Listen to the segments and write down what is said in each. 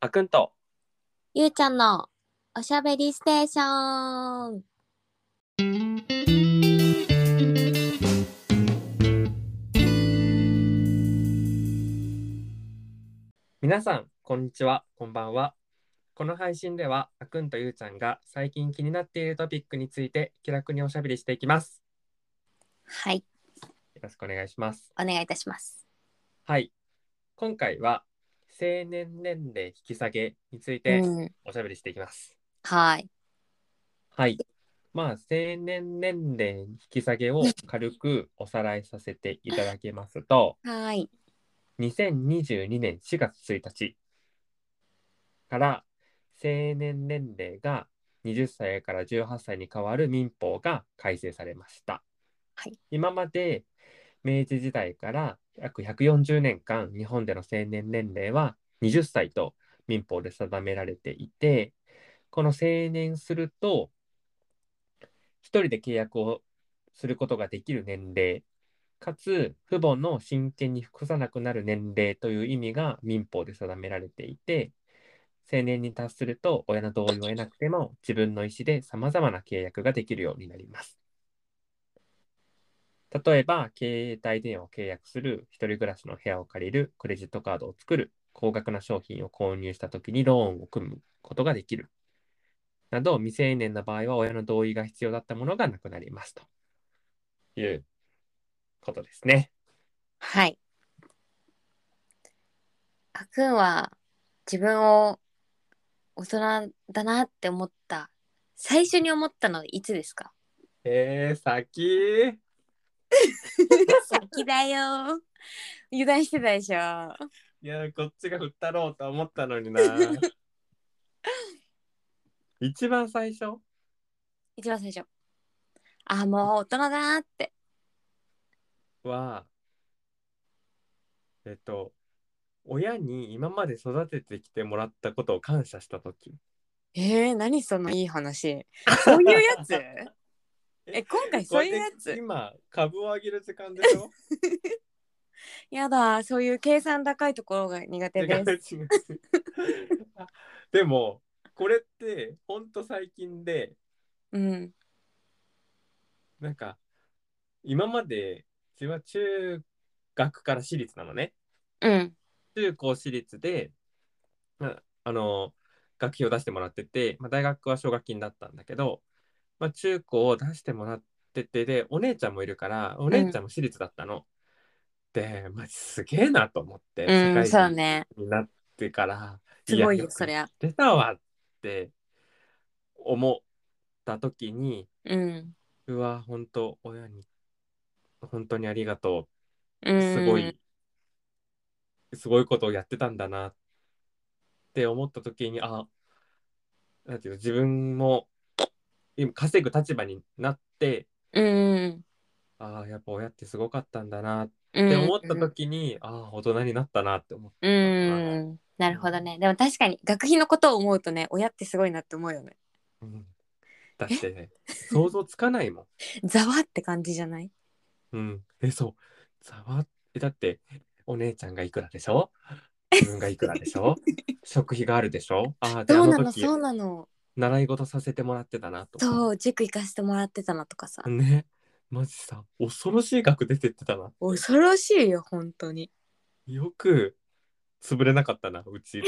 あくんとゆうちゃんのおしゃべりステーション。皆さんこんにちはこんばんはこの配信ではあくんとゆうちゃんが最近気になっているトピックについて気楽におしゃべりしていきますはい、よろしくお願いしますお願いいたします。はい今回は成年年齢引き下げについてうん、おしゃべりしていきます、はい、はいまあ成年年齢引き下げを軽くおさらいさせていただきますとはい、 2022年4月1日から成年年齢が20歳から18歳に変わる民法が改正されました、はい今まで明治時代から約140年間日本での成年年齢は20歳と民法で定められていてこの成年すると1人で契約をすることができる年齢かつ父母の親権に服さなくなる年齢という意味が民法で定められていて成年に達すると親の同意を得なくても自分の意思でさまざまな契約ができるようになります例えば携帯電話を契約する一人暮らしの部屋を借りるクレジットカードを作る高額な商品を購入した時にローンを組むことができるなど未成年の場合は親の同意が必要だったものがなくなりますということですね。はい。あくんは自分を大人だなって思った。最初に思ったのいつですか。えー、先 先だよ。油断してたでしょ。いやこっちが振ったろうと思ったのに な一番最初一番最初。あ、もう大人だなって。はえっと親に今まで育ててきてもらったことを感謝した時えー、何そのいい話。そういうや つ。え、今回そういうやこれつ。今株を上げる時間でしょやだ、そういう計算高いところが苦手違 でう す。違うあでもこれってほんと最近でうん。なんか今まで自分は中学から私立なのねうん。中高私立で、まあ、あの学費を出してもらってて、まあ、大学は奨学金だったんだけど、まあ、中高を出してもらっててでお姉ちゃんもいるからお姉ちゃんも私立だったの。で、まあ、すげえなと思って、うん、社そう会ね。人になってからすごいよ、くそりゃ。出たわって思った時にうん。うわ本当親に本当にありがとううん。すごい、すごいことをやってたんだなって思った時に、あ、なんていうの、自分も今稼ぐ立場になって、うん。ああ、やっぱ親ってすごかったんだなっうん。て思った時に、ああ、大人になったなって思った。うん。うん。なるほどね。でも確かに学費のことを思うとね、親ってすごいなって思うよね。うんだって、 ね、想像つかないもん。ざわって感じじゃないうん。え、そう。ざわって、だって、お姉ちゃんがいくらでしょ自分がいくらでし ょ食費があるでしょああ、で、そあうのなの、時そうなの。習い事させてもらってたなと。そう、塾行かせてもらってたなとかさ。ねマジさ恐ろしい額出てってたな恐ろしいよ、本当に。よく潰れなかったなう ちっ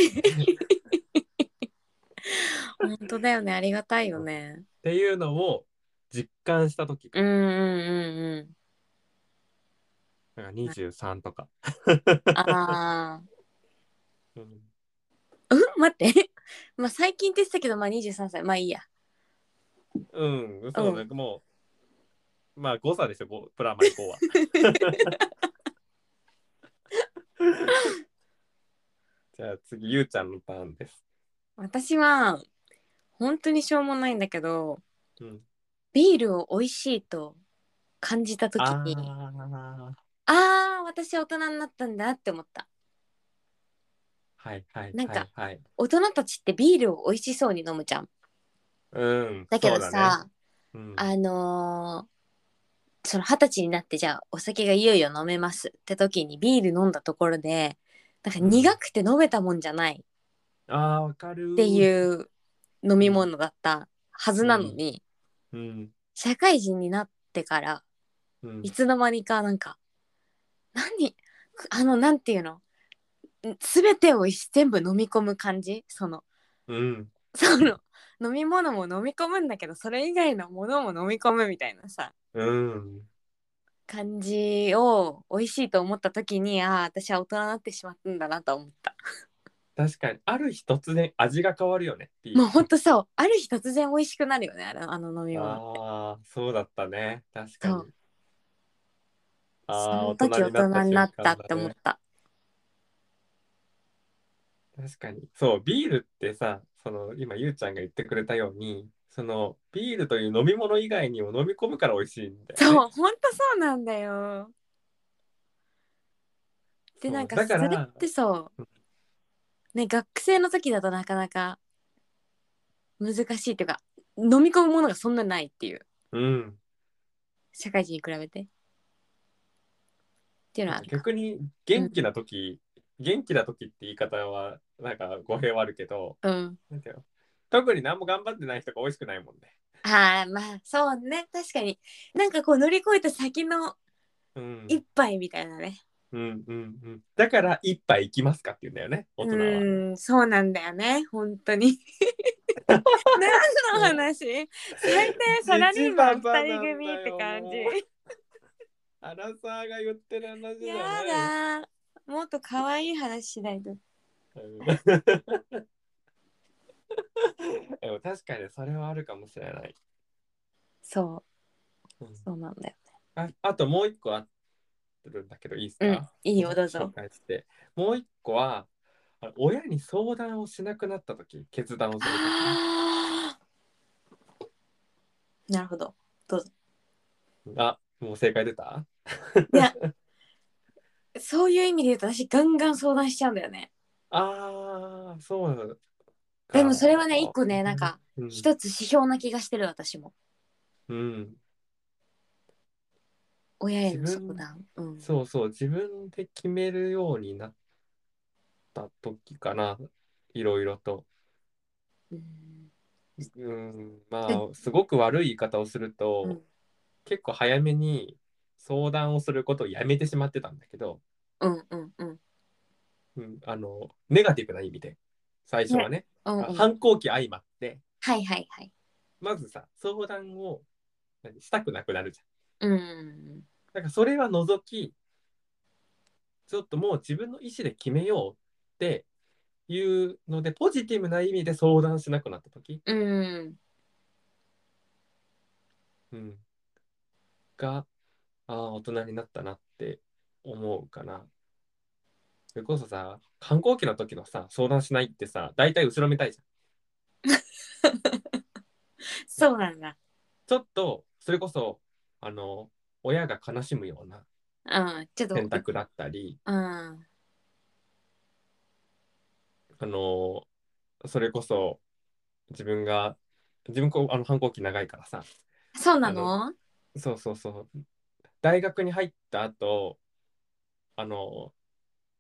本当だよね。ありがたいよね。ていうのを実感した時うんうんうんなんか23とか、うん。ああ。うんうん待って。 まあ最近って言ってたけど、まあ23歳。まあいいや。うんそううんなんかもうまあ誤差でしょごプラマイ5は じゃあ次ゆうちゃんのターンです、私は、本当にしょうもないんだけど、うん、ビールを美味しいと感じた時あに、あああー、私大人になったんだって思った。はいはいなんかはい、はい、大人たちってビールを美味しそうに飲むじゃん。うんだけどそうさ、だねうん、あのーその二十歳になってじゃあお酒がいよいよ飲めますって時にビール飲んだところで、なんか苦くて飲めたもんじゃないあー、わかる。ていう飲み物だったはずなのに、うん。社会人になってからうんい。つの間にかなんか何あのなんていうの全てを全部飲み込む感じその うん。その飲み物も飲み込むんだけどそれ以外のものも飲み込むみたいなさうん。感じを美味しいと思った時にああ私は大人になってしまったんだなと思った確かに、ある日突然味が変わるよねっていう。もうほんとさある日突然美味しくなるよねあのあの飲み物ああ、そうだったね。確かそにう。そああ、の時大人になったって思瞬間だっねた確かに。そう、ビールってさ、その今、ゆうちゃんが言ってくれたように、そのビールという飲み物以外にも飲み込むから美味しいんだよね。そうほんとそうなんだよそでうなんかだそかれらってそうね学生の時だとなかなか難しいっていうか飲み込むものがそんなないっていううん。社会人に比べてっていうのはあるか逆に元気な時、元気な時って言い方はなんか語弊はあるけど、うんなんていうの特に何も頑張ってない人が美味しくないもんね。ああまあそうね確かになんかこう乗り越えた先のうん。一杯みたいなねうんうんうん。だから一杯いきますかって言うんだよね、大人うは。ーんそうなんだよね本当 に何の話最低サラリーマン一番2人組って感バナナだよもアじラサーが言ってる話だよね。やだーもっと可愛い話しないとうん でも確かにそれはあるかもしれない。そううんそうなんだよああともう一個あってるんだけどいいですか、うんいいよどうぞ紹介してもう一個はあの親に相談をしなくなった時決断をするあーなるほど時あもう正解出たそういう意味で言うと私ガンガン相談しちゃうんだよねあーそうなのかでもそれはね一個ねなんかうん一つ指標な気がしてる私もうん親への自分相談うんそうそう自分で決めるようになった時かないろいろとうんうんまあすごく悪い言い方をすると、うん結構早めに相談をすることをやめてしまってたんだけど、うんうんうんうん、あのネガティブな意味で最初はね、うんうんはい反抗期相まってはいはいまずさ相談を何したくなくなるじゃん。うんだからそれは除きちょっともう自分の意思で決めようっていうのでポジティブな意味で相談しなくなった時、うんうん、がああ大人になったなって思うかな。それこそさ反抗期の時のさ相談しないってさ大体後ろめたいじゃん。そうなんだちょっとそれこそあの親が悲しむようなうんちょっと選択だったりうんあのそれこそ自分が自分こうあの反抗期長いからさそうなのそうそうそう大学に入った後あの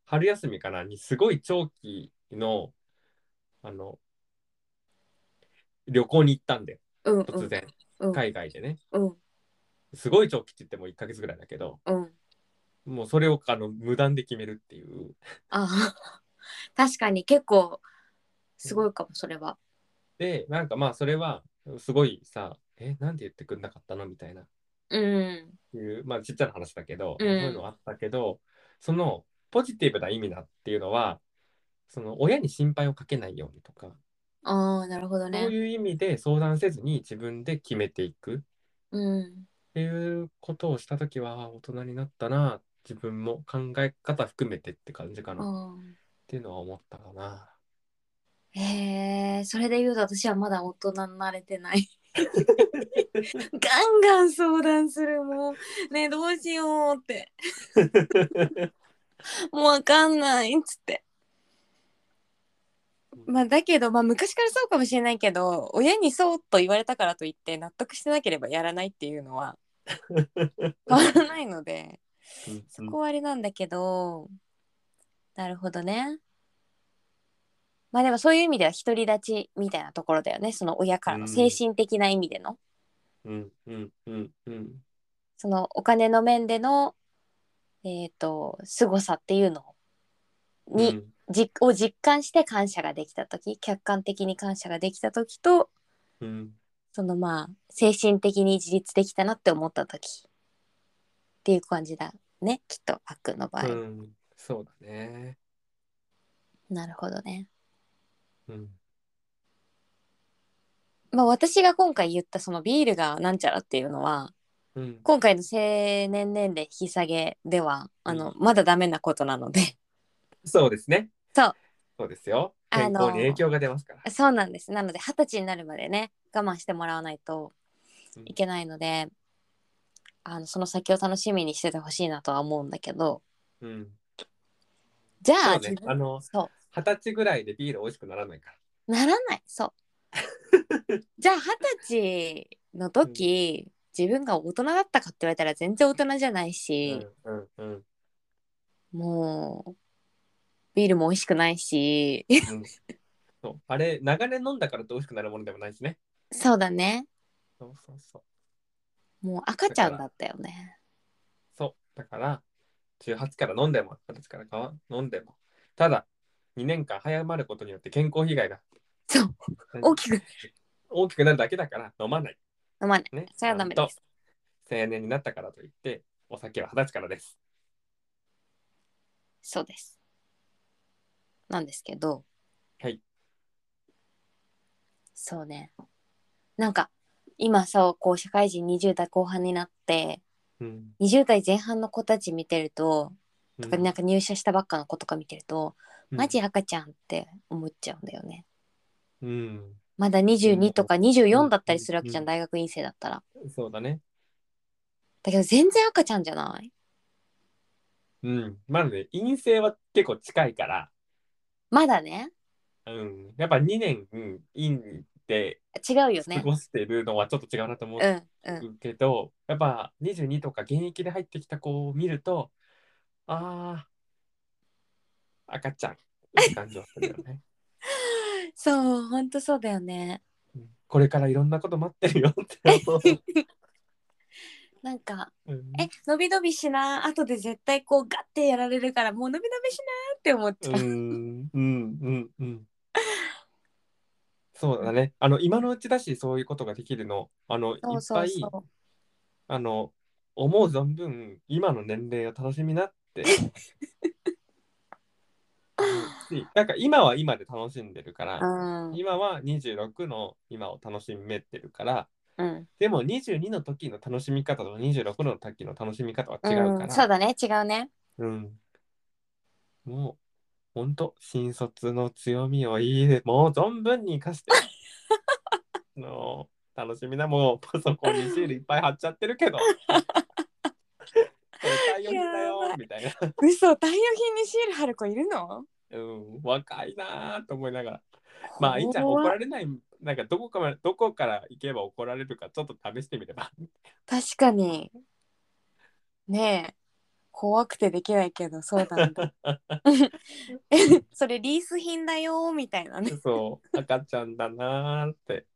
春休みかなにすごい長期のあの旅行に行ったんだようんうん突然うん海外でねうんすごい長期って言っても1ヶ月ぐらいだけどうんもうそれをあの無断で決めるっていうあ ー確かに結構すごいかもそれはでなんかまあそれはすごいさえなんで言ってくんなかったのみたいなうんいうまあちっちゃな話だけど、うそんういうのあったけどそのポジティブな意味だっていうのはその親に心配をかけないようにとか、ああなるほどそうねいう意味で相談せずに自分で決めていくっうんていうことをした時はあ大人になったな自分も考え方含めてって感じかなっあーていうのは思ったかな。へえそれで言うと私はまだ大人になれてない ガンガン相談するもうねえどうしようって もうわかんないっつってまあだけどまあ昔からそうかもしれないけど親にそうと言われたからといって納得してなければやらないっていうの は変わらないのでうんそこはあれなんだけど、なるほどねまあでもそういう意味では独り立ちみたいなところだよねその親からうのん精神的な意味での、うんうんうんうんそのお金の面でのえっ、と凄さっていうのに、うんじを実感して感謝ができた時客観的に感謝ができた時とうんそのまあ精神的に自立できたなって思った時っていう感じだねきっとパックンの場合、うんそうだねなるほどねうんまあ私が今回言ったそのビールがなんちゃらっていうのはうん今回の青年年齢引き下げではあのまだダメなことなので そうですねそうそうですよあ健の康に影響が出ますからそうなんですなので二十歳になるまでね我慢してもらわないといけないので、あのその先を楽しみにしててほしいなとは思うんだけどうんじゃあそうね自分あのそ二十歳ぐらいでビール美味しくならないからうならない そうじゃあ二十歳の時、自分が大人だったかって言われたら全然大人じゃないし、うんうんうんもうビールも美味しくないし うんそうあれ長年飲んだからって美味しくなるものでもないしねそうだねそうそうそうもう赤ちゃんだったよねそうだから18から飲んでも20からかわ飲んでもただ2年間早まることによって健康被害がそう大きく大きくなるだけだから飲まない飲まないねそれはダメですちゃんと青年になったからといってお酒は二十歳からですそうですなんですけどはいそうねなんか今さこう社会人20代後半になってうん20代前半の子たち見てるとうとかなんか入社したばっかの子とか見てると、んマジ赤ちゃんって思っちゃうんだよねうんまだ22とか24だったりするわけじゃうんん大学院生だったらそうだねだけど全然赤ちゃんじゃないうんまあね陰性は結構近いからまだねうんやっぱ2年うん陰で違うよ過ねごしてるのはちょっと違うなと思ううんうんけど、やっぱ22とか現役で入ってきた子を見るとああ赤ちゃんって感じはするよ ねそうほんとそうだよねうんこれからいろんなこと待ってるよって思う、 なんかうんえ伸び伸びしな後で絶対こうガッてやられるからもう伸び伸びしなって思っちゃうう、んうんうんうんそうだねあの今のうちだしそういうことができるのあのそうそういっそぱいうあの思う存分今の年齢を楽しみなってうんしなんか今は今で楽しんでるから、うん今は26の今を楽しめてるからうん、でも22の時の楽しみ方と26の時の楽しみ方は違うから、うん、そうだね違うねうんもうほんと新卒の強みをいいでもう存分に生かして の楽しみなもうパソコンにシールいっぱい貼っちゃってるけどこれ採用品だやよばいみたいな、嘘太陽品にシール貼る子いるのうん、若いなーと思いながらまあいいじゃん怒られないなんかどこからどこから行けば怒られるかちょっと試してみれば確かにねえ怖くてできないけどそうなん だ それリース品だよみたいなねそう赤ちゃんだなーって、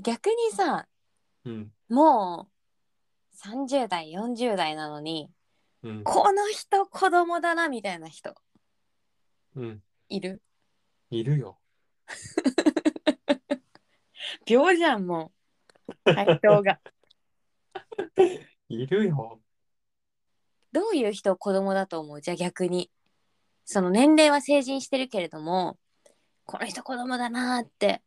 逆にさうんもう30代40代なのにうんこの人子供だなみたいな人うん、いるいるよ秒じゃんもう回答がいるよ どういう人を子供だと思うじゃあ逆にその年齢は成人してるけれどもこの人子供だなーって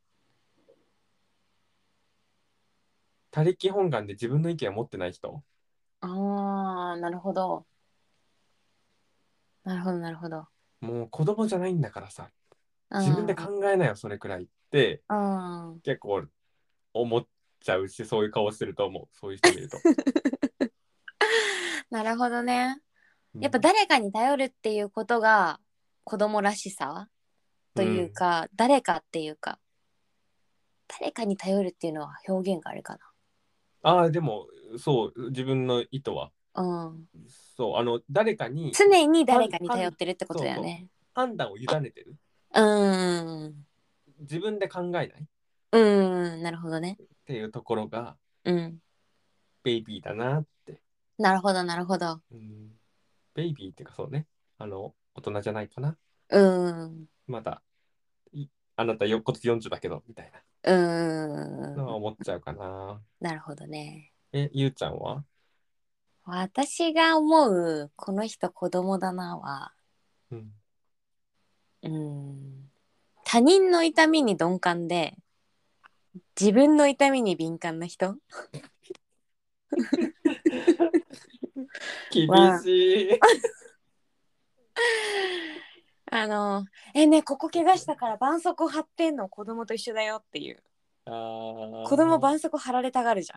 他力本願で自分の意見を持ってない人ああなるほどなるほどなるほどもう子供じゃないんだからさうん自分で考えなよそれくらいってうん結構思っちゃうしそういう顔してると思うそういう人見るとなるほどね やっぱ誰かに頼るっていうことが子供らしさというか、誰かっていうか誰かに頼るっていうのは表現があるかああでもそう自分の意図はなうんそうあの誰かに常に誰かに頼ってるってことだよね判断を委ねてるうーん。自分で考えないうっーん。なるほどね。ていうところがうん。ベイビーだなって、なるほど、なるほど。うん、ベイビーっていうかそうねあの大人じゃないかなうーん。まだいあなたよ今年40だけどみたいうなのはーん。思っちゃうかななるほどね。えゆうちゃんは私が思う、この人子供だなは、うんうーん。他人の痛みに鈍感で、自分の痛みに敏感な人厳わあしいあの、え、ね、ここ怪我したから絆創膏貼ってんの子供と一緒だよっていう。あー子供絆創膏貼られたがるじゃ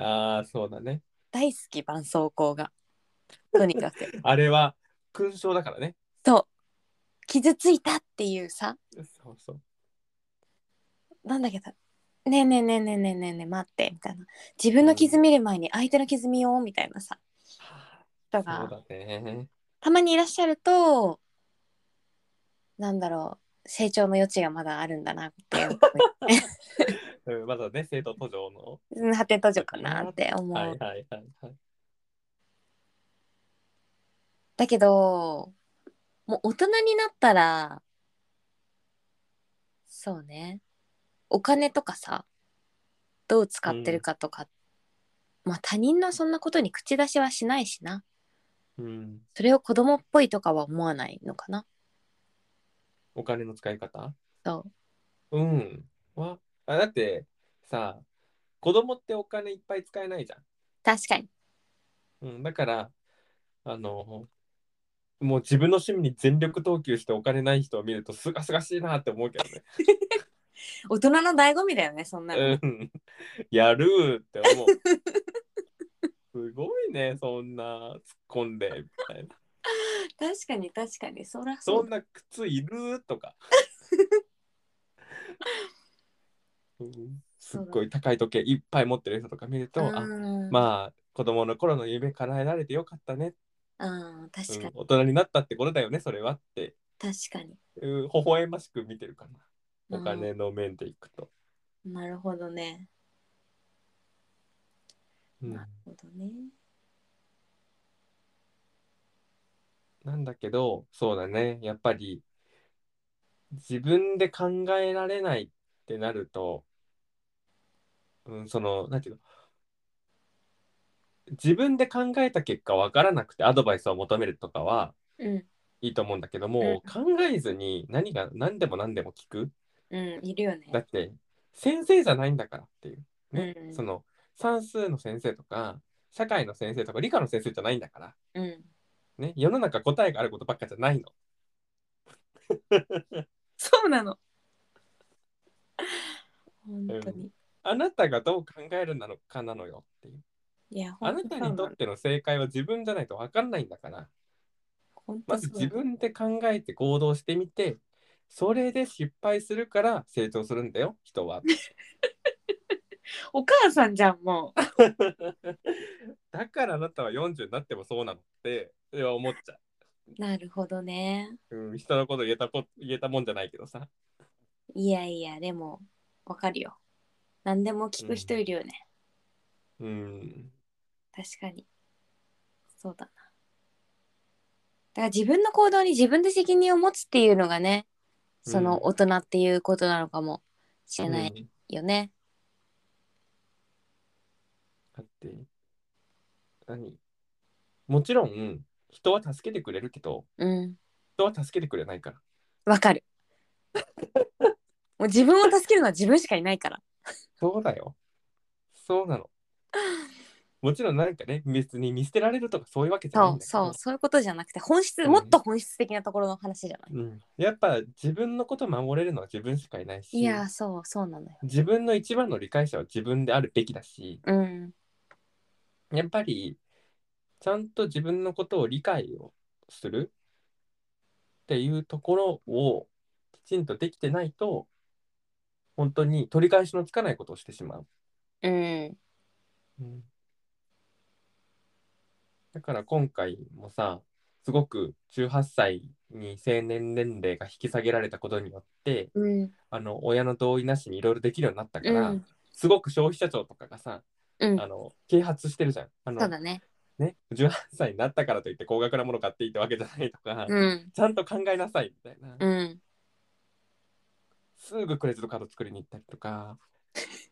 ん。あーそうだね大好き絆創膏が。とにか く。あれは勲章だからねそう。傷ついたっていうさ。そうそうなんだけど。ねえねえねえねえねえねえねえ待ってみたいな自分の傷見る前に相手の傷見ようみたいなさ人そがうだねたまにいらっしゃるとなんだろう成長の余地がまだあるんだなって 思うんまだね生徒途上のううん発展途上かなって思う、はいはいはいはいだけどもう大人になったらそうねお金とかさどう使ってるかとか、まあ他人のそんなことに口出しはしないしなうんそれを子供っぽいとかは思わないのかなお金の使い方そううんはあだってさ子供ってお金いっぱい使えないじゃ確かにん、うん、だからあのもう自分の趣味に全力投球してお金ない人を見るとすがすがしいなって思うけどね大人の醍醐味だよねそんなの、うんやるって思うすごいねそんな突っ込んでみたいな確かに確かにそらそそうんな靴いると か、うんすっごい高い時計いっぱい持ってる人とか見ると、あうんまあ子供の頃の夢叶えられてよかったね、うんうん確かに大人になったってことだよねそれはって、確かにうん、微笑ましく見てるかなおうん金の面でいくと、なるほどねうんなるほどねなんだけどそうだねやっぱり自分で考えられないってなると、うん、そのなんていうの自分で考えた結果分からなくてアドバイスを求めるとかはうんいいと思うんだけども、考えずに何が何でも何でも聞くうんいるよねだって先生じゃないんだからっていう、ねうんその算数の先生とか社会の先生とか理科の先生じゃないんだから、うんね、世の中答えがあることばっかじゃないの。そうなの本当に、あなたがどう考えるなのかなのよっていう。いやあ本な当たそうにとっての正解は自分じゃないと分かんないんだから、本ま当ずそう自分で考えて行動してみて、それで失敗するから成長するんだよ、人 は。お母さんじゃんもうだからあなたは40になってもそうなのって、それは思っちゃなるほどねう。うん、人のこと言えたこ言えたもんじゃないけどさ。いやいやでもわかるよ何でも聞く人いるよね、うん。確かにそうだなだから自分の行動に自分で責任を持つっていうのがねその大人っていうことなのかもしれなういんよね、だって、何もちろん、人は助けてくれるけど、うん人は助けてくれないから。わかる もう自分を助けるのは自分しかいないからそうだよ。そうなの。もちろんなんかね、別に見捨てられるとかそういうわけじゃないそんうだけそどうそういうことじゃなくて本質、うんもっと本質的なところの話じゃない、うん、やっぱ自分のこと守れるのは自分しかいないしいやーそうそうなのよ自分の一番の理解者は自分であるべきだしうんやっぱりちゃんと自分のことを理解をするっていうところをきちんとできてないと本当に取り返しのつかないことをしてしまう。うんうんだから今回もさすごく18歳に成年年齢が引き下げられたことによってうんあの親の同意なしにいろいろできるようになったかうら、んすごく消費者庁とかがさうんあの啓発してるじゃんあそうの、だねね、18歳になったからといって高額なもの買っていいってわけじゃないとか、うんちゃんと考えなさいみたいな、うんすぐクレジットカード作りに行ったりとか、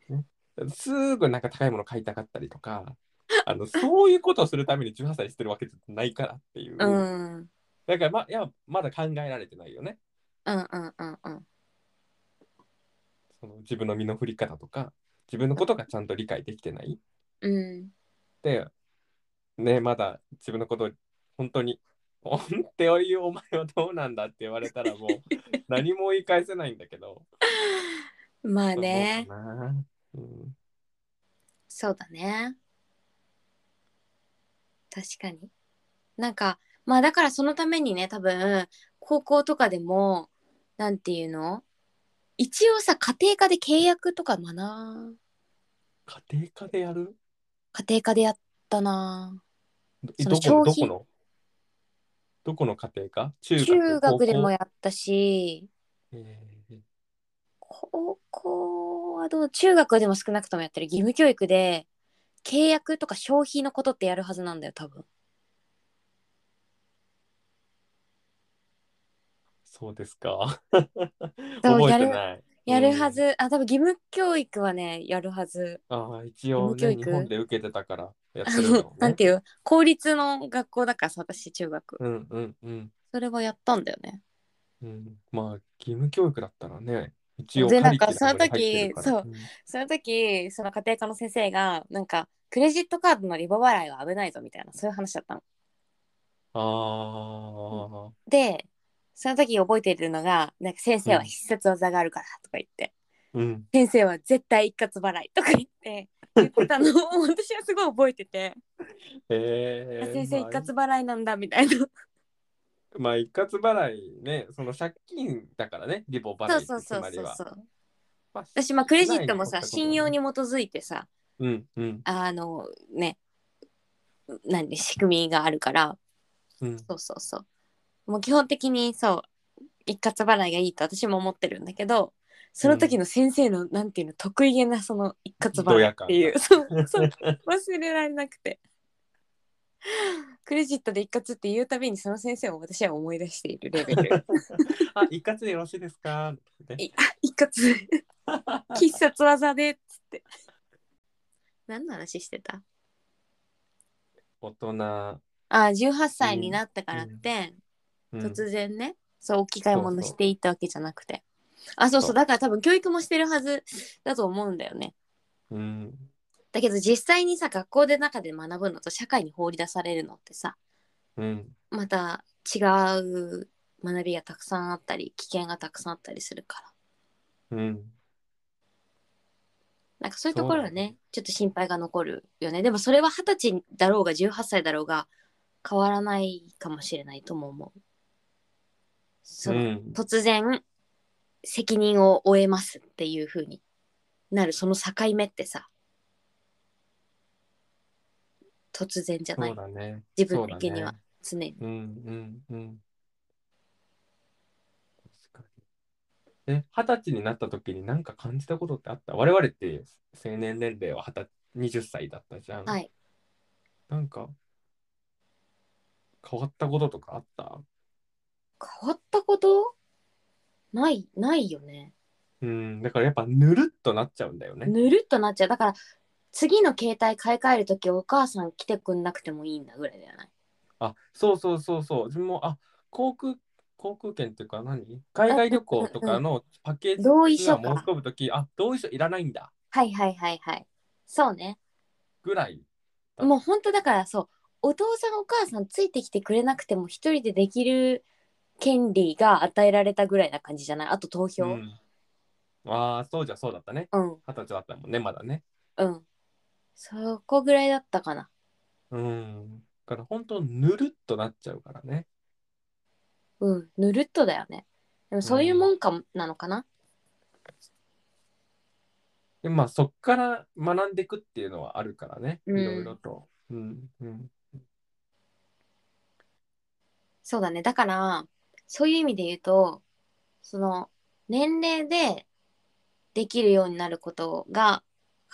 ね、すぐなんか高いもの買いたかったりとかあのそういうことをするために18歳してるわけじゃないからっていう、うんうんだからまいやまだ考えられてないよねうんうんうんその自分の身の振り方とか自分のことがちゃんと理解できてないうんでねまだ自分のことを本当に「本っておいお前はどうなんだ」って言われたら もう何も言い返せないんだけど。まあねそうかなうんそうだね確かになんかまあだからそのためにね多分高校とかでもなんていうの一応さ家庭科で契約とか学ぶ家庭科でやる家庭科でやったなえそどこのどの消こ費のどこの家庭科中学中学でもややったし高校はどう中学でも少なくともやってる義務教育で契約とか消費のことってやるはずなんだよ多分そうですかそう 覚えてないやるはず、あ多分義務教育はねやるはずうんああ一応、義務教ね、育日本で受けてたからやってあるのの、、なんていう公立の学校だからさ私中学うんうんうんそれはやったんだよねうん、まあ義務教育だったらね一応でカリキュなんかそのラムに入ってるから時そうその時その家庭科の先生がなんかクレジットカードのリボ払いは危ないぞみたいなそういう話だったのあでその時覚えているのがなんか先生うはん必殺技があるからとか言って、あ、うん、先生は絶対一括払いとか言って言ってたのを 私はすごい覚えてて、えあー、先生一まあ括払いなんだみたいなまあ一括払いね、その借金だからね、リボ払そういそうってつそうまりそうはそ。うまあ私まあクレジットもさしない信用に基づいてさうんうんあのね何仕組みがあるからうん。そうそうそうもう基本的にそう一括払いがいいと私も思ってるんだけどその時の先生の、なんていうの得意げなその一括ど払いやっ感ていう そうそう忘れられなくてクレジットで一括って言うたびにその先生を私は思い出しているレベ ルあ一括でよろしいですか。ねいあ一括必殺技でっつって何の話してた大人、あ18歳になったからって、うん突然ね、そう大きい買いそ物うそうしていったわけじゃなくてあそうそうそうだから多分教育もしてるはずだと思うんだよねうんだけど実際にさ学校で中で学ぶのと社会に放り出されるのってさうんまた違う学びがたくさんあったり危険がたくさんあったりするからうん。なんかそういうところそがうだねねちょっと心配が残るよねでもそれは二十歳だろうが18歳だろうが変わらないかもしれないとも思うその、うん突然責任を負えますっていう風になるその境目ってさ突然じゃなそいうだね。自分的には常にそうだね。うんうんうん。確かに。え、二十歳になった時に何か感じたことってあった我々って青年年齢は二十20歳だったじゃん。はいなんか変わったこととかあった変わったことないないよねうん、だからやっぱぬるっとなっちゃうんだよね。ぬるっとなっちゃうだから次の携帯買い替える時お母さん来てくんなくてもいいんだぐらいだよねあ、そうそうそうそう。自分も、あ、航空、航空券っていうか何海外旅行とかのパッケージ同意書が申かし込むとき、あ、同意書いらないんだはいはいはいはいそうねぐらい。もう本当だからそうお父さんお母さんついてきてくれなくても一人でできる権利が与えられたぐらいな感じじゃないあと投票ううんん。ああ、そうじゃそうだったね。うん、二十歳だったもんね、まだね。そこぐらいだったかなうん。だから本当ぬるっとなっちゃうからね。うんぬるっとだよねでもそういうもんかもなのかなで、まあそっから学んでいくっていうのはあるからね。いうんろいろと。うん。うん。そうだね。だから、そういう意味で言うと、その、年齢でできるようになることが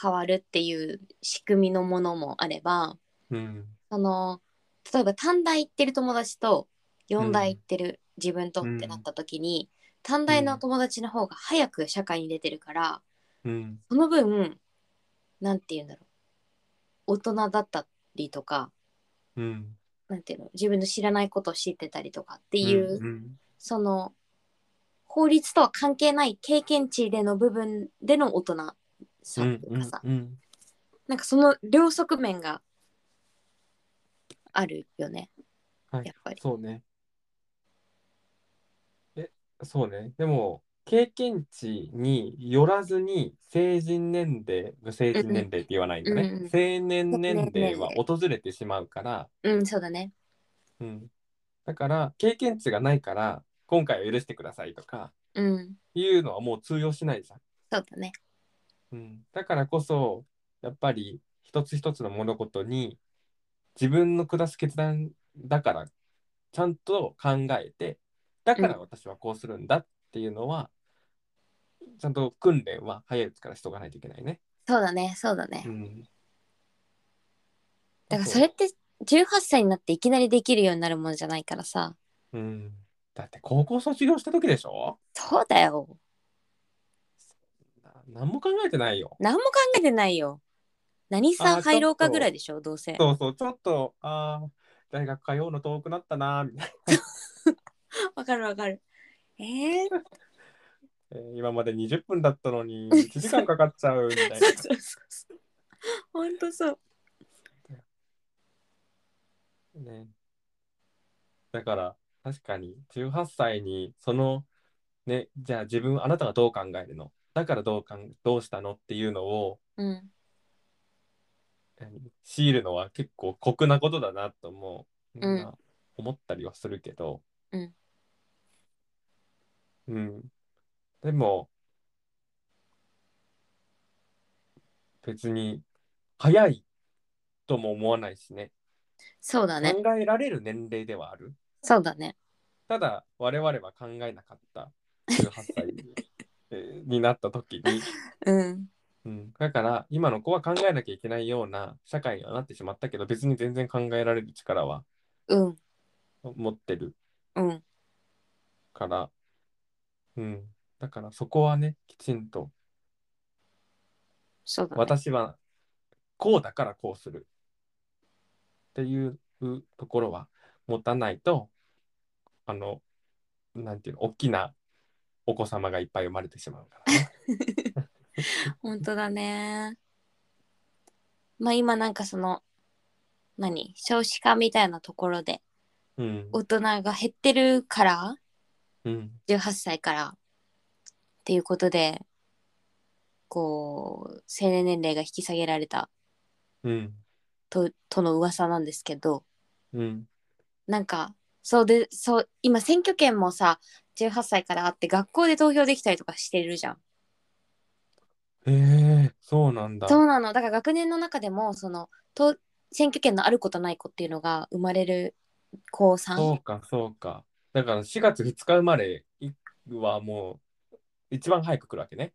変わるっていう仕組みのものもあれば、うん。その、例えば短大行ってる友達と、四大行ってる自分とってなった時に、短大の友達の方が早く社会に出てるから、うん。その分、なんて言うんだろう。大人だったりとか、うん。なんていうの、自分の知らないことを知ってたりとかってうんいう、うんその法律とは関係ない経験値での部分での大人さうとんいううかんさ、うん。なんかその両側面があるよね、はいやっぱり。そうね。え、そうね。でも、経験値によらずに成人年齢、成人年齢って言わないんだね。うんうん成年年齢は訪れてしまうから、うん、そうだね。うん。だから、経験値がないから、今回は許してくださいとか、うん、いうのはもう通用しないじゃん。そうだね。うん、だからこそやっぱり一つ一つの物事に自分の下す決断だからちゃんと考えてだから私はこうするんだっていうのは、ちゃんと訓練は早いうちからしとかないといけないね。そうだね、そうだうね。ん、だからそれって18歳になっていきなりできるようになるものじゃないからさ。うん、だって高校卒業した時でしょそうだよ。な何も考えてないよ。何も考えてないよ。何あさー入ろうちょかっとぐらいでしょ、どうせ。 そうそうちょっとあー大学通うの遠くなったなーみたいな。わかるわかる。えー、えー今まで20分だったのに1時間かかっちゃうみたいなそう そうそうそう。ほんとそう。ね。だから確かに18歳にそのねじゃあ自分あなたがどう考えるのだからどうかんどうしたのっていうのをうん。えー強いるのは結構酷なことだなと思う、うんまあ思ったりはするけど、うんうんでも別に早いとも思わないしねそうだね。考えられる年齢ではある。そうだね。ただ我々は考えなかった18歳 にえーになった時に、うん。うん、だから今の子は考えなきゃいけないような社会にはなってしまったけど別に全然考えられる力はうん。持ってるうん。から、うん、だからそこはねきちんとそうだね。私はこうだからこうするっていうところは持たないとあのなんていうの大きなお子様がいっぱい生まれてしまうからね。本当だね。まあ今なんかその、何少子化みたいなところでうん大人が減ってるから、うん18歳からっていうことで、こう、成年年齢が引き下げられたうんと、との噂なんですけど、うんなんか、そうで、そう、今選挙権もさ、18歳からあって学校で投票できたりとかしてるじゃん。へえそうなんだ。そうなのだから学年の中でもそのと選挙権のある子とない子っていうのが生まれる子さそんうか、そうか。だから4月2日生まれはもう一番早く来るわけね。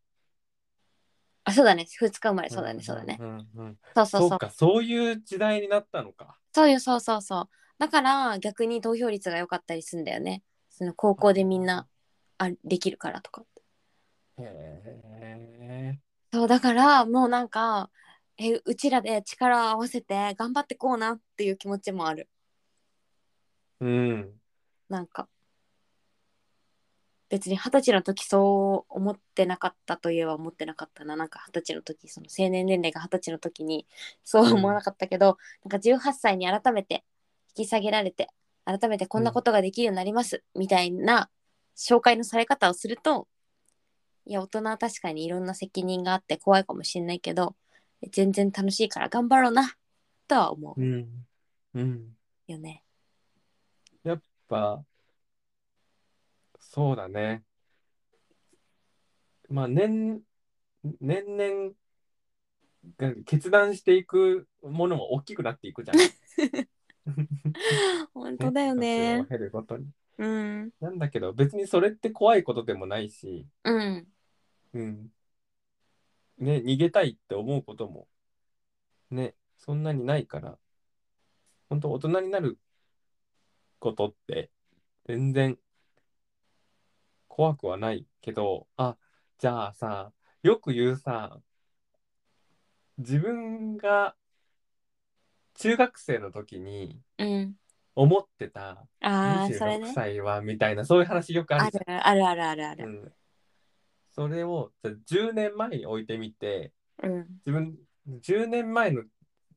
あそうだね2日生まれそうだねんそうだねんうんうんそうそそうそううか、そういう時代になったのか。そうよそうそうそうだから逆に投票率が良かったりするんだよねその高校でみんなあできるからとかへえ。そうだからもうなんかえうちらで力を合わせて頑張ってこうなっていう気持ちもあるうん。なんか別に二十歳の時そう思ってなかったといえば思ってなかったななんか二十歳の時その青年年齢が二十歳の時にそう思わなかったけど、なんか18歳に改めて引き下げられて改めてこんなことができるようになります、みたいな紹介のされ方をするといや大人は確かにいろんな責任があって怖いかもしれないけど全然楽しいから頑張ろうなとは思うん。うん。うよね。やっぱ、そうだね。まあ、年、年々、決断していくものも大きくなっていくじゃん。 本当だよね年数を。経るごとに。うん。なんだけど、別にそれって怖いことでもないし、うん。うん。ね、逃げたいって思うことも、ね、そんなにないから、本当大人になることって、全然怖くはないけど、あ、じゃあさ、よく言うさ、自分が中学生の時にうん。思ってたああ、それ26ね。歳はみたいな、そういう話よくああるじるあるあるあるあゃん。うる。ん、それをじゃあ10年前に置いてみて、うん。自分10年前の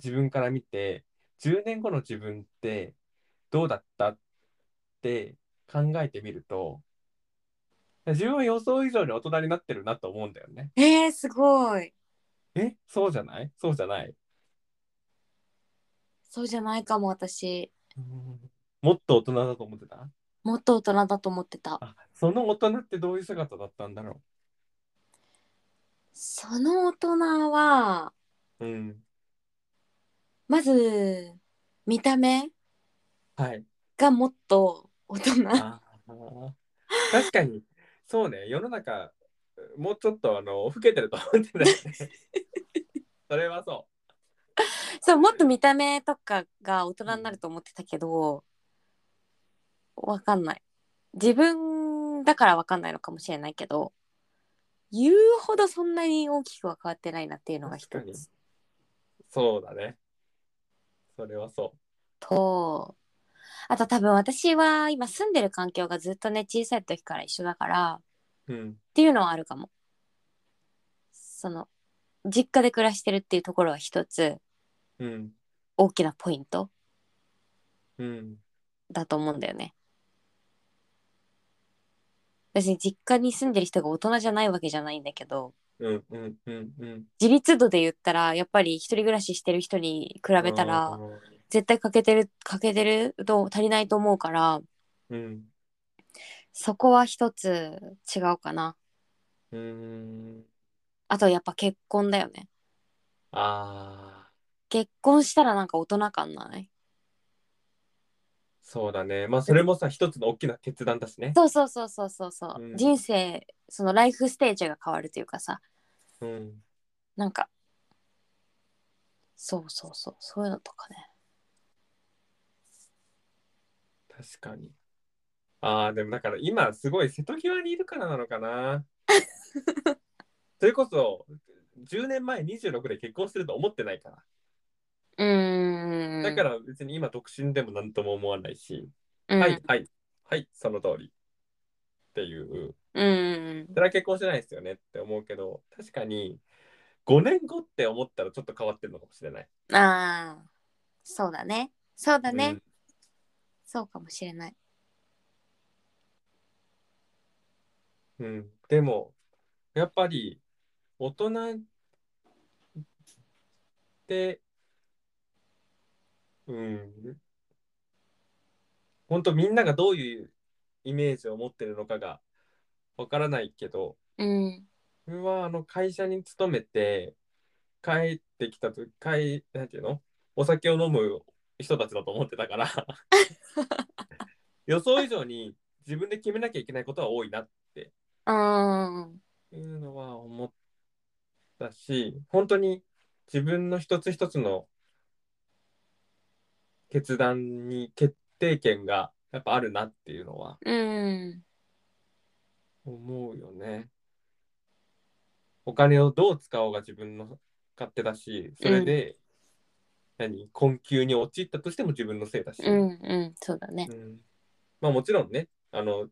自分から見て10年後の自分ってどうだったって考えてみると自分は予想以上に大人になってるなと思うんだよね。えー、すごい。えそうじゃないそうじゃない、そうじゃないかも、私。もっと大人だと思ってたもっと大人だと思ってた。あその大人ってどういう姿だったんだろその大人は、ううんまず、見た目はいがもっと大人。 あー確かにそうね世の中もうちょっとあの老けてると思ってたよ ねそれはそうそう、もっと見た目とかが大人になると思ってたけど、わかんない。自分だからわかんないのかもしれないけど、言うほどそんなに大きくは変わってないなっていうのが一確かにつそうだね。それはそと、あと多分私は今住んでる環境がずっとね、小さい時から一緒だから、う。うん。っていうのはあるかも。その、実家で暮らしてるっていうところは一つうん。大きなポイントうん。だと思うんだよね。別に実家に住んでる人が大人じゃないわけじゃないんだけどうん。うん。うん。うん。自立度で言ったらやっぱり一人暮らししてる人に比べたら絶対欠けてる欠けてると足りないと思うからうん。そこは一つ違うかなうん。あとやっぱ結婚だよねああ、結婚したらなんか大人感ないそうだね。まあそれもさ、一つの大きな決断だしね。そうそうそうそうそうそう、うん人生そのライフステージが変わるというかさうん。なんかそうそうそうそういうのと かね確かに。ああ、でもだから今すごい瀬戸際にいるからなのかな。それこそ、10年前26で結婚すると思ってないから。うーんだから別に今独身でも何とも思わないし。うんはいはいはいその通りっていううんそれは結婚してないですよねって思うけど確かに5年後って思ったらちょっと変わってるのかもしれない。ああそうだねそうだね、うんそうかもしれないうん、でもやっぱり大人ってうん本当みんながどういうイメージを持ってるのかがわからないけどうん自分はあの会社に勤めて帰ってきたと帰なんていうのお酒を飲む人たちだと思ってたから予想以上に自分で決めなきゃいけないことは多いなっうんていうのは思ったし本当に自分の一つ一つの決断に決定権がやっぱあるなっていうのはうん思うよね。お金をどう使おうが自分の勝手だし、それで、何、困窮に陥ったとしても自分のせいだし、うんうんそうだねうんまあもちろんね、あの、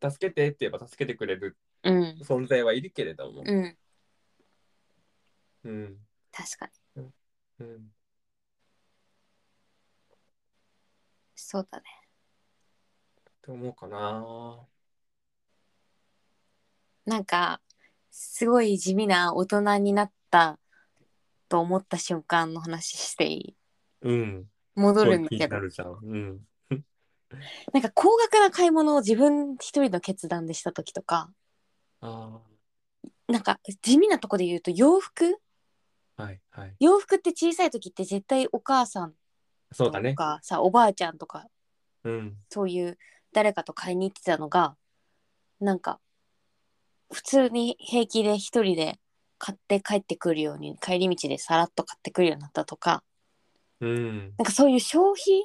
助けてって言えば助けてくれるうん存在はいるけれども、うんうん、確かにうん、そうだねと思うかな。なんかすごい地味な大人になったと思った瞬間の話していいうん、戻すごるいんだ気けにどなるじゃん。うん、なんか高額な買い物を自分一人の決断でした時とかあなんか地味なとこで言うと洋服あ、はい、はい。洋服って小さい時って絶対お母さんそうだねと。かさおばあちゃんとかうん。そういう誰かと買いに行ってたのがなんか普通に平気で一人で買って帰ってくるように帰り道でさらっと買ってくるようになったとかうん。なんかそういう消費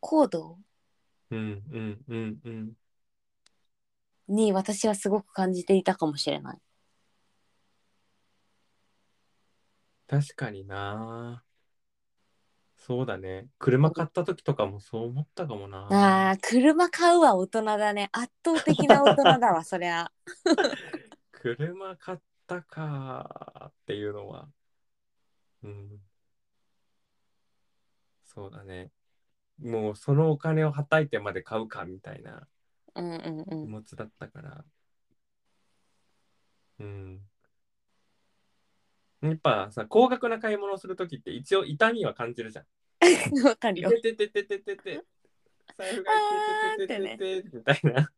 行動うん。うん。うん。うん。に私はすごく感じていたかもしれない。確かにな。そうだね。車買った時とかもそう思ったかもな。あー車買うは大人だね圧倒的な大人だ わそりゃ車買ったかっていうのは。うん。そうだね。もうそのお金をはたいてまで買うかみたいなうんうんう気ん持ちだったから。うん。やっぱさ、高額な買い物をする時って一応痛みは感じるじゃん。わかるよいててててててて。財布がいててててててみたいな。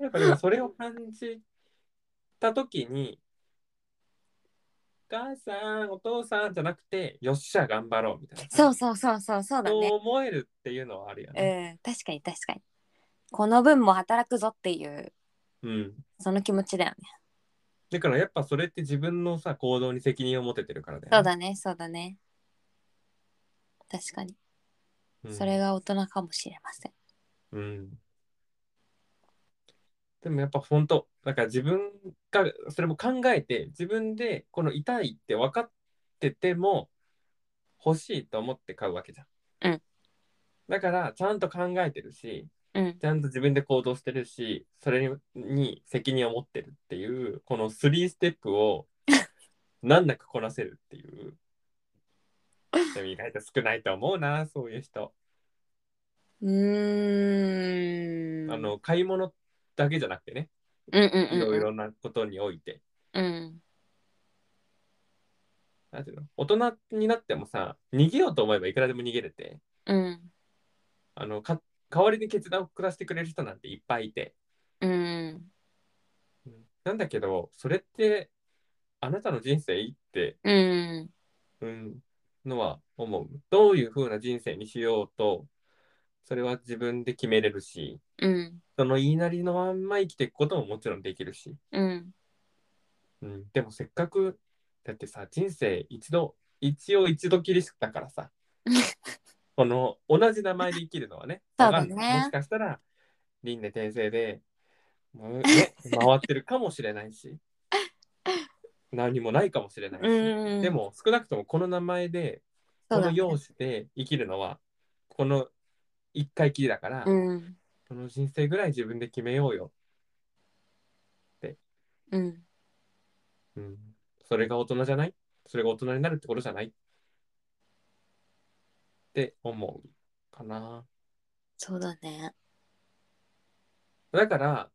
やっぱでもそれを感じた時に、お母さん、お父さんじゃなくて、よっしゃ、頑張ろうみたいな。そうそうそうそうそうだねそう思えるっていうのはあるよね。うん確かに確かにこの分も働くぞっていううん。その気持ちだよねだからやっぱそれって自分のさ、行動に責任を持ててるからだよね。そうだねそうだね確かにうんそれが大人かもしれませんうんでもやっぱ本当だから自分がそれも考えて自分でこの痛いって分かってても欲しいと思って買うわけじゃん。うんだからちゃんと考えてるしうんちゃんと自分で行動してるしそれに責任を持ってるっていうこの3ステップ を難なくこなせるっていう。でも意外と少ないと思うなそういう人。うーんあの買い物だけじゃなくてねうんうんうんうんいろいろなことにおいて、うんなんていうの大人になってもさ逃げようと思えばいくらでも逃げれてうんあのか代わりに決断を下してくれる人なんていっぱいいて、うんなんだけどそれってあなたの人生って、うんうん、のは思うどういう風な人生にしようとそれは自分で決めれるしうんその言いなりのまんま生きていくことももちろんできるし、うんうん、でもせっかくだってさ人生一度一応一度きりだから さこの同じ名前で生きるのはねそうだねわかんないもしかしたら輪廻転生で、もうね、回ってるかもしれないし何もないかもしれないし、うんでも少なくともこの名前でこそうだのね容姿で生きるのはこの一回きりだから、うんこの人生ぐらい自分で決めようよ、うんうん、それが大人じゃないそれが大人になるってことじゃないって思うかな。そうだねだから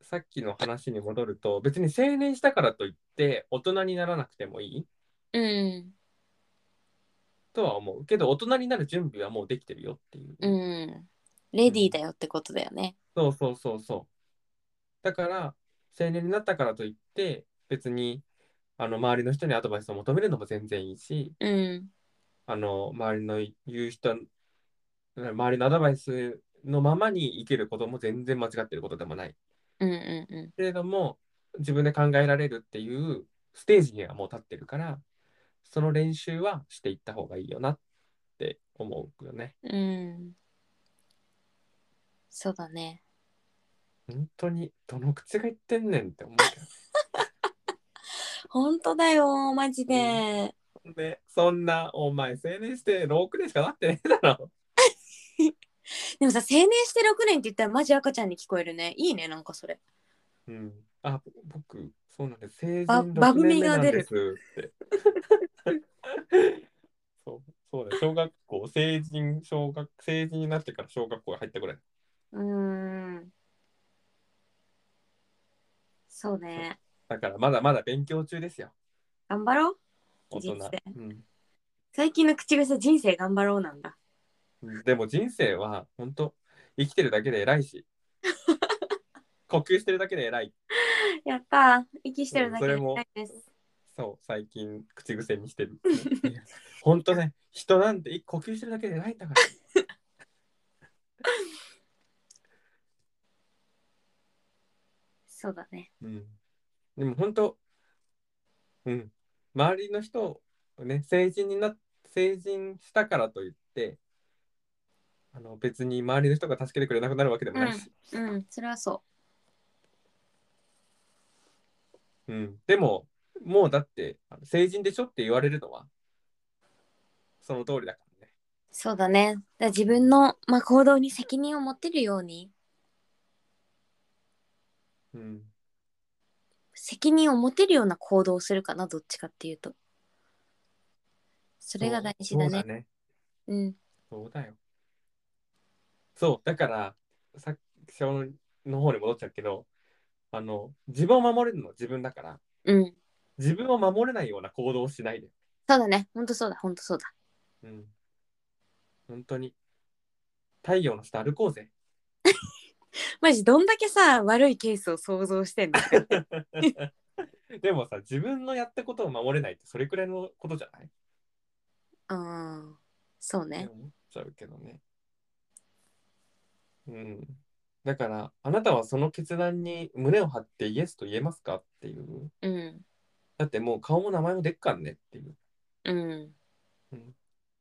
さっきの話に戻ると別に成年したからといって大人にならなくてもいいうんとは思うけど大人になる準備はもうできてるよっていう、うんレディーだよってことだよねそうそうそうそうだから成年になったからといって別にあの周りの人にアドバイスを求めるのも全然いいしうんあの周りの言う人周りのアドバイスのままに生きることも全然間違ってることでもないうんうんうんけれども自分で考えられるっていうステージにはもう立ってるからその練習はしていった方がいいよなって思うよねうん。そうだね。本当にどの口が言ってんねんって思うけ本当だよ、マジで。どねそんなお前青年して6年しかなってねえだろでもさ、成年して6年って言ったらマジ赤ちゃんに聞こえるね。いいね、なんかそれ。うんあ僕そうなんです成人ババ6ブ年み目がなん出でるすって そうそうだよ小学校成人小学成人になってから小学校入ったぐらいうーん。そうね。だからまだまだ勉強中ですよ頑張ろう。大人人生、うん最近の口癖、人生頑張ろうなんだ。でも人生は本当生きてるだけで偉いし 呼吸してるだけで偉いやったー。息してるだけうんそれでも偉いです。 そう最近口癖にしてる本当ね、人なんて呼吸してるだけじゃないんだから。そうだね。うん、でも本当、うん、周りの人をね、成人にな成人したからといって、あの別に周りの人が助けてくれなくなるわけでもないし、うん、それはそうんでも、もうだって、あの成人でしょって言われるのは、その通りだからね。う。そうだね。だから自分の、まあ、行動に責任を持てるように、うん、責任を持てるような行動をするかな、どっちかっていうと。それが大事だそうね。そうだね。うん。そうだよ。そう、だから、さっきの方に戻っちゃうけど、あの、自分を守れるのは自分だから、うん。そう自分を守れないような行動をしないで。だね。ほんとそうだ。ほんとそうだ。うん。本当に。太陽の下歩こうぜ。マジ、どんだけさ、悪いケースを想像してんの でもさ、自分のやったことを守れないってそれくらいのことじゃないうん。そうね。思っちゃうけどね。うん。だから、あなたはその決断に胸を張ってイエスと言えますかっていう。うん。だってもう顔も名前も出っかんねっていう。うん。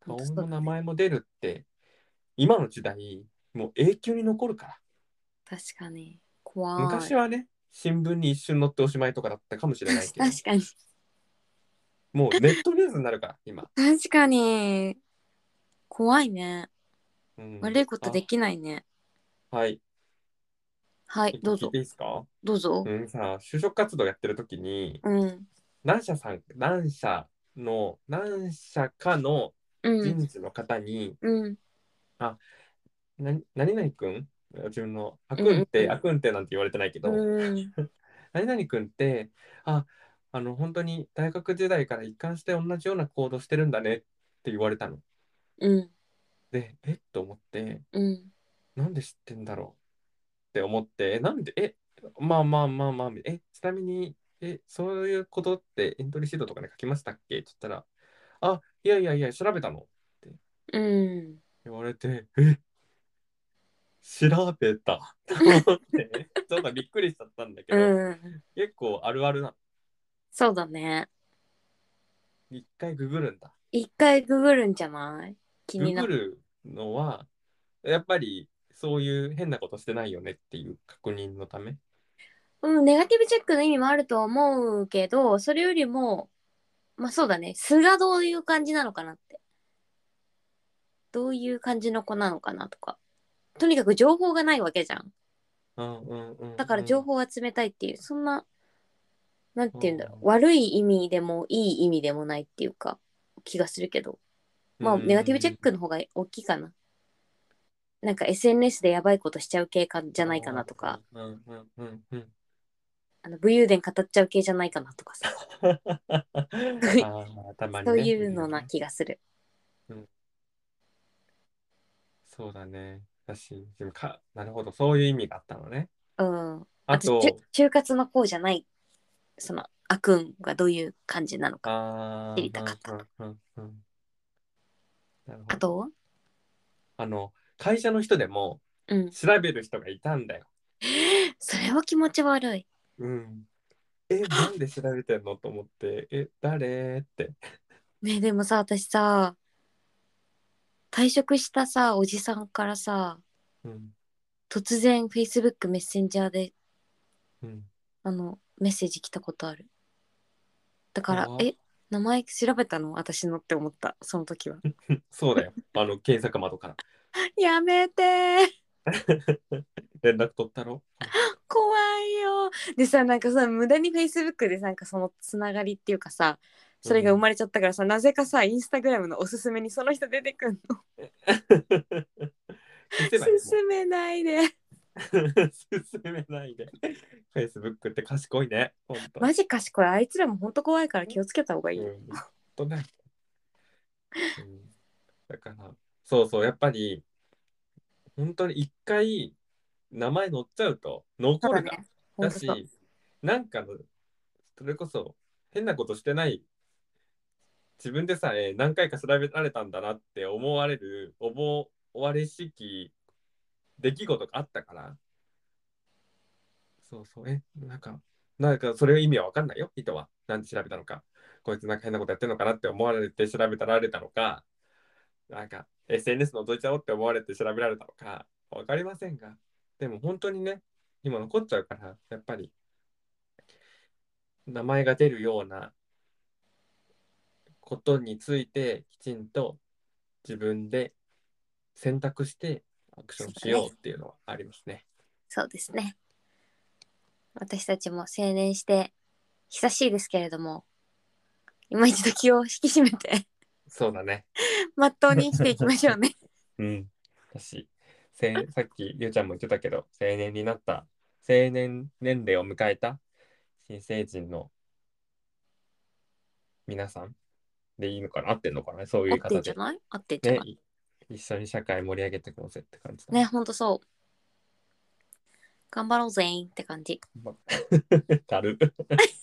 顔そうだもね名前も出るって、今の時代、もう永久に残るから。確かに。怖い。昔はね、新聞に一瞬載っておしまいとかだったかもしれないけど、 確かに。もうネットニュースになるから、今。確かに。怖いね。うん悪いことできないね。あはい。はい、どう聞いぞて。いいですかどうぞう。ん、さあ、就職活動やってる時に、うん。何社さん、何社の、何社かのうん。人事の方に、うん。な何々くん自分の、あくんっうんうんうて、んあくんってなんて言われてないけど、うん。何々くんって、あ、あの、本当に大学時代から一貫して同じような行動してるんだねって言われたの。うん。で、えっと思って、うん。なんで知ってんだろうって思って、えなんで、え、まあまあまあまあ、え、ちなみに、え、そういうことってエントリーシートとかで書きましたっけって言ったら、あ、いやいやいや、調べたのってうん。言われて、え、調べたと思 って、ちょっとびっくりしちゃったんだけど、うん。結構あるあるな。そうだね。一回ググるんだ。一回ググるんじゃない気グになグる。るのは、やっぱりそういう変なことしてないよねっていう確認のため。うん、ネガティブチェックの意味もあると思うけど、それよりも、まあそうだね。素がどういう感じなのかなって。どういう感じの子なのかなとか。とにかく情報がないわけじゃん。うんうんうんうん、だから情報は冷たいっていう、そんな、なんて言うんだろうんう、悪い意味でもいい意味でもないっていうか、気がするけど、まあ、ネガティブチェックの方が大きいかな。なんか SNS でやばいことしちゃう系かじゃないかなとか、。うんうんうんうん。 あの武勇伝語っちゃう系じゃないかなとかさ、あーたまに、ね。そういうのな気がする。そうだね。だし、でもか、なるほど、そういう意味があったのね。うん。あ私と、中就活の方じゃない、その、悪運がどういう感じなのか。あ知りたかったーうんうんうんうんなるほあど。と、あの、会社の人でもうん。調べる人がいたんだよ。それは気持ち悪い。うん。え、なんで調べてんのと思って、え、誰って。ねでもさ私さ退職したさおじさんからさうん。突然 Facebook メッセンジャーでうん。あのメッセージ来たことあるだからうわ「え名前調べたの私の」って思ったその時は そうだよ。あの、検索窓から。やめてー連絡取ったろ。怖いよでさなんかさ無駄に Facebook でなんかそのつながりっていうかさそれが生まれちゃったからさ、なぜかさインスタグラムのおすすめにその人出てくんの 消せばいいもん進めな いで進めないで。Facebook って賢いね。本当。マジ賢いあいつらもほんと怖いから気をつけた方がいいようん本当ね。うんだから、そうそう、やっぱり、本当に一回、名前載っちゃうとそう残だるかね。ら。だ本当そうし、なんかの、それこそ、変なことしてない自分でさえ何回か調べられたんだなって思われる思われしき出来事があったからそうそうえなんかなんかそれ意味は分かんないよ人は何で調べたのかこいつなんか変なことやってるのかなって思われて調べたられたのかなんか SNS 覗いちゃおうって思われて調べられたのか分かりませんがでも本当にね今残っちゃうからやっぱり名前が出るようなことについてきちんと自分で選択してアクションしようっていうのはありますね。そうですね。私たちも成年して久しいですけれども、今一度気を引き締めて、 そうだね。まっとうに生きていきましょう ね。うん。私せいさっきゆうちゃんも言ってたけど成年になった成年年齢を迎えた新成人の皆さんでいいのかな合ってんのかなそう合いうってん形じでゃ、ない合ってんじゃねない、い一緒に社会盛り上げていこうぜって感じだね、ほんとそう。頑張ろうぜーって感じ。 だる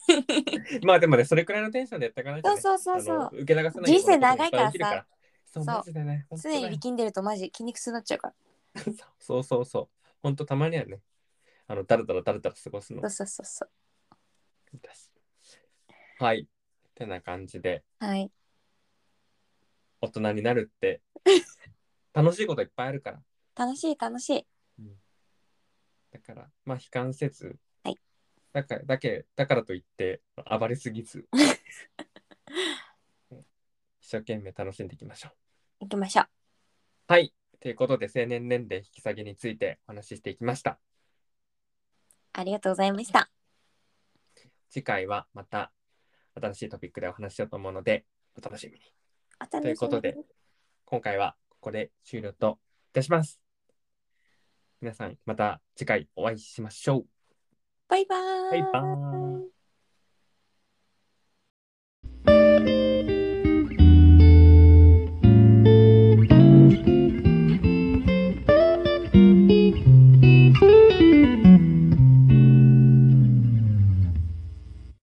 まあでもねそれくらいのテンションでやっていかないと、 そうね、そうそうそあのう。受け流さないような人生長いからさことがっぱ起きるそうそうマジでね本当常だによ力んでるとマジ筋肉痛になっちゃうから。そうそうそう本当たまにはねあのだらだらだらだら過ごすのそうそうそうそですはい。ってな感じで、う。はい。大人になるって 楽しいこといっぱいあるから。楽しい楽しい。だから、まあ悲観せず。はいだから、だけ、だからといって、暴れすぎ ず。一生懸命楽しんでいきましょう。行きましょう。はい。ということで、成年年齢引き下げについてお話ししていきました。ありがとうございました。次回はまた新しいトピックでお話ししようと思うので、お楽しみに。お楽しみというにことで。今回はここで終了といたします。皆さん、また次回お会いしましょう。バイバーバイバーイ。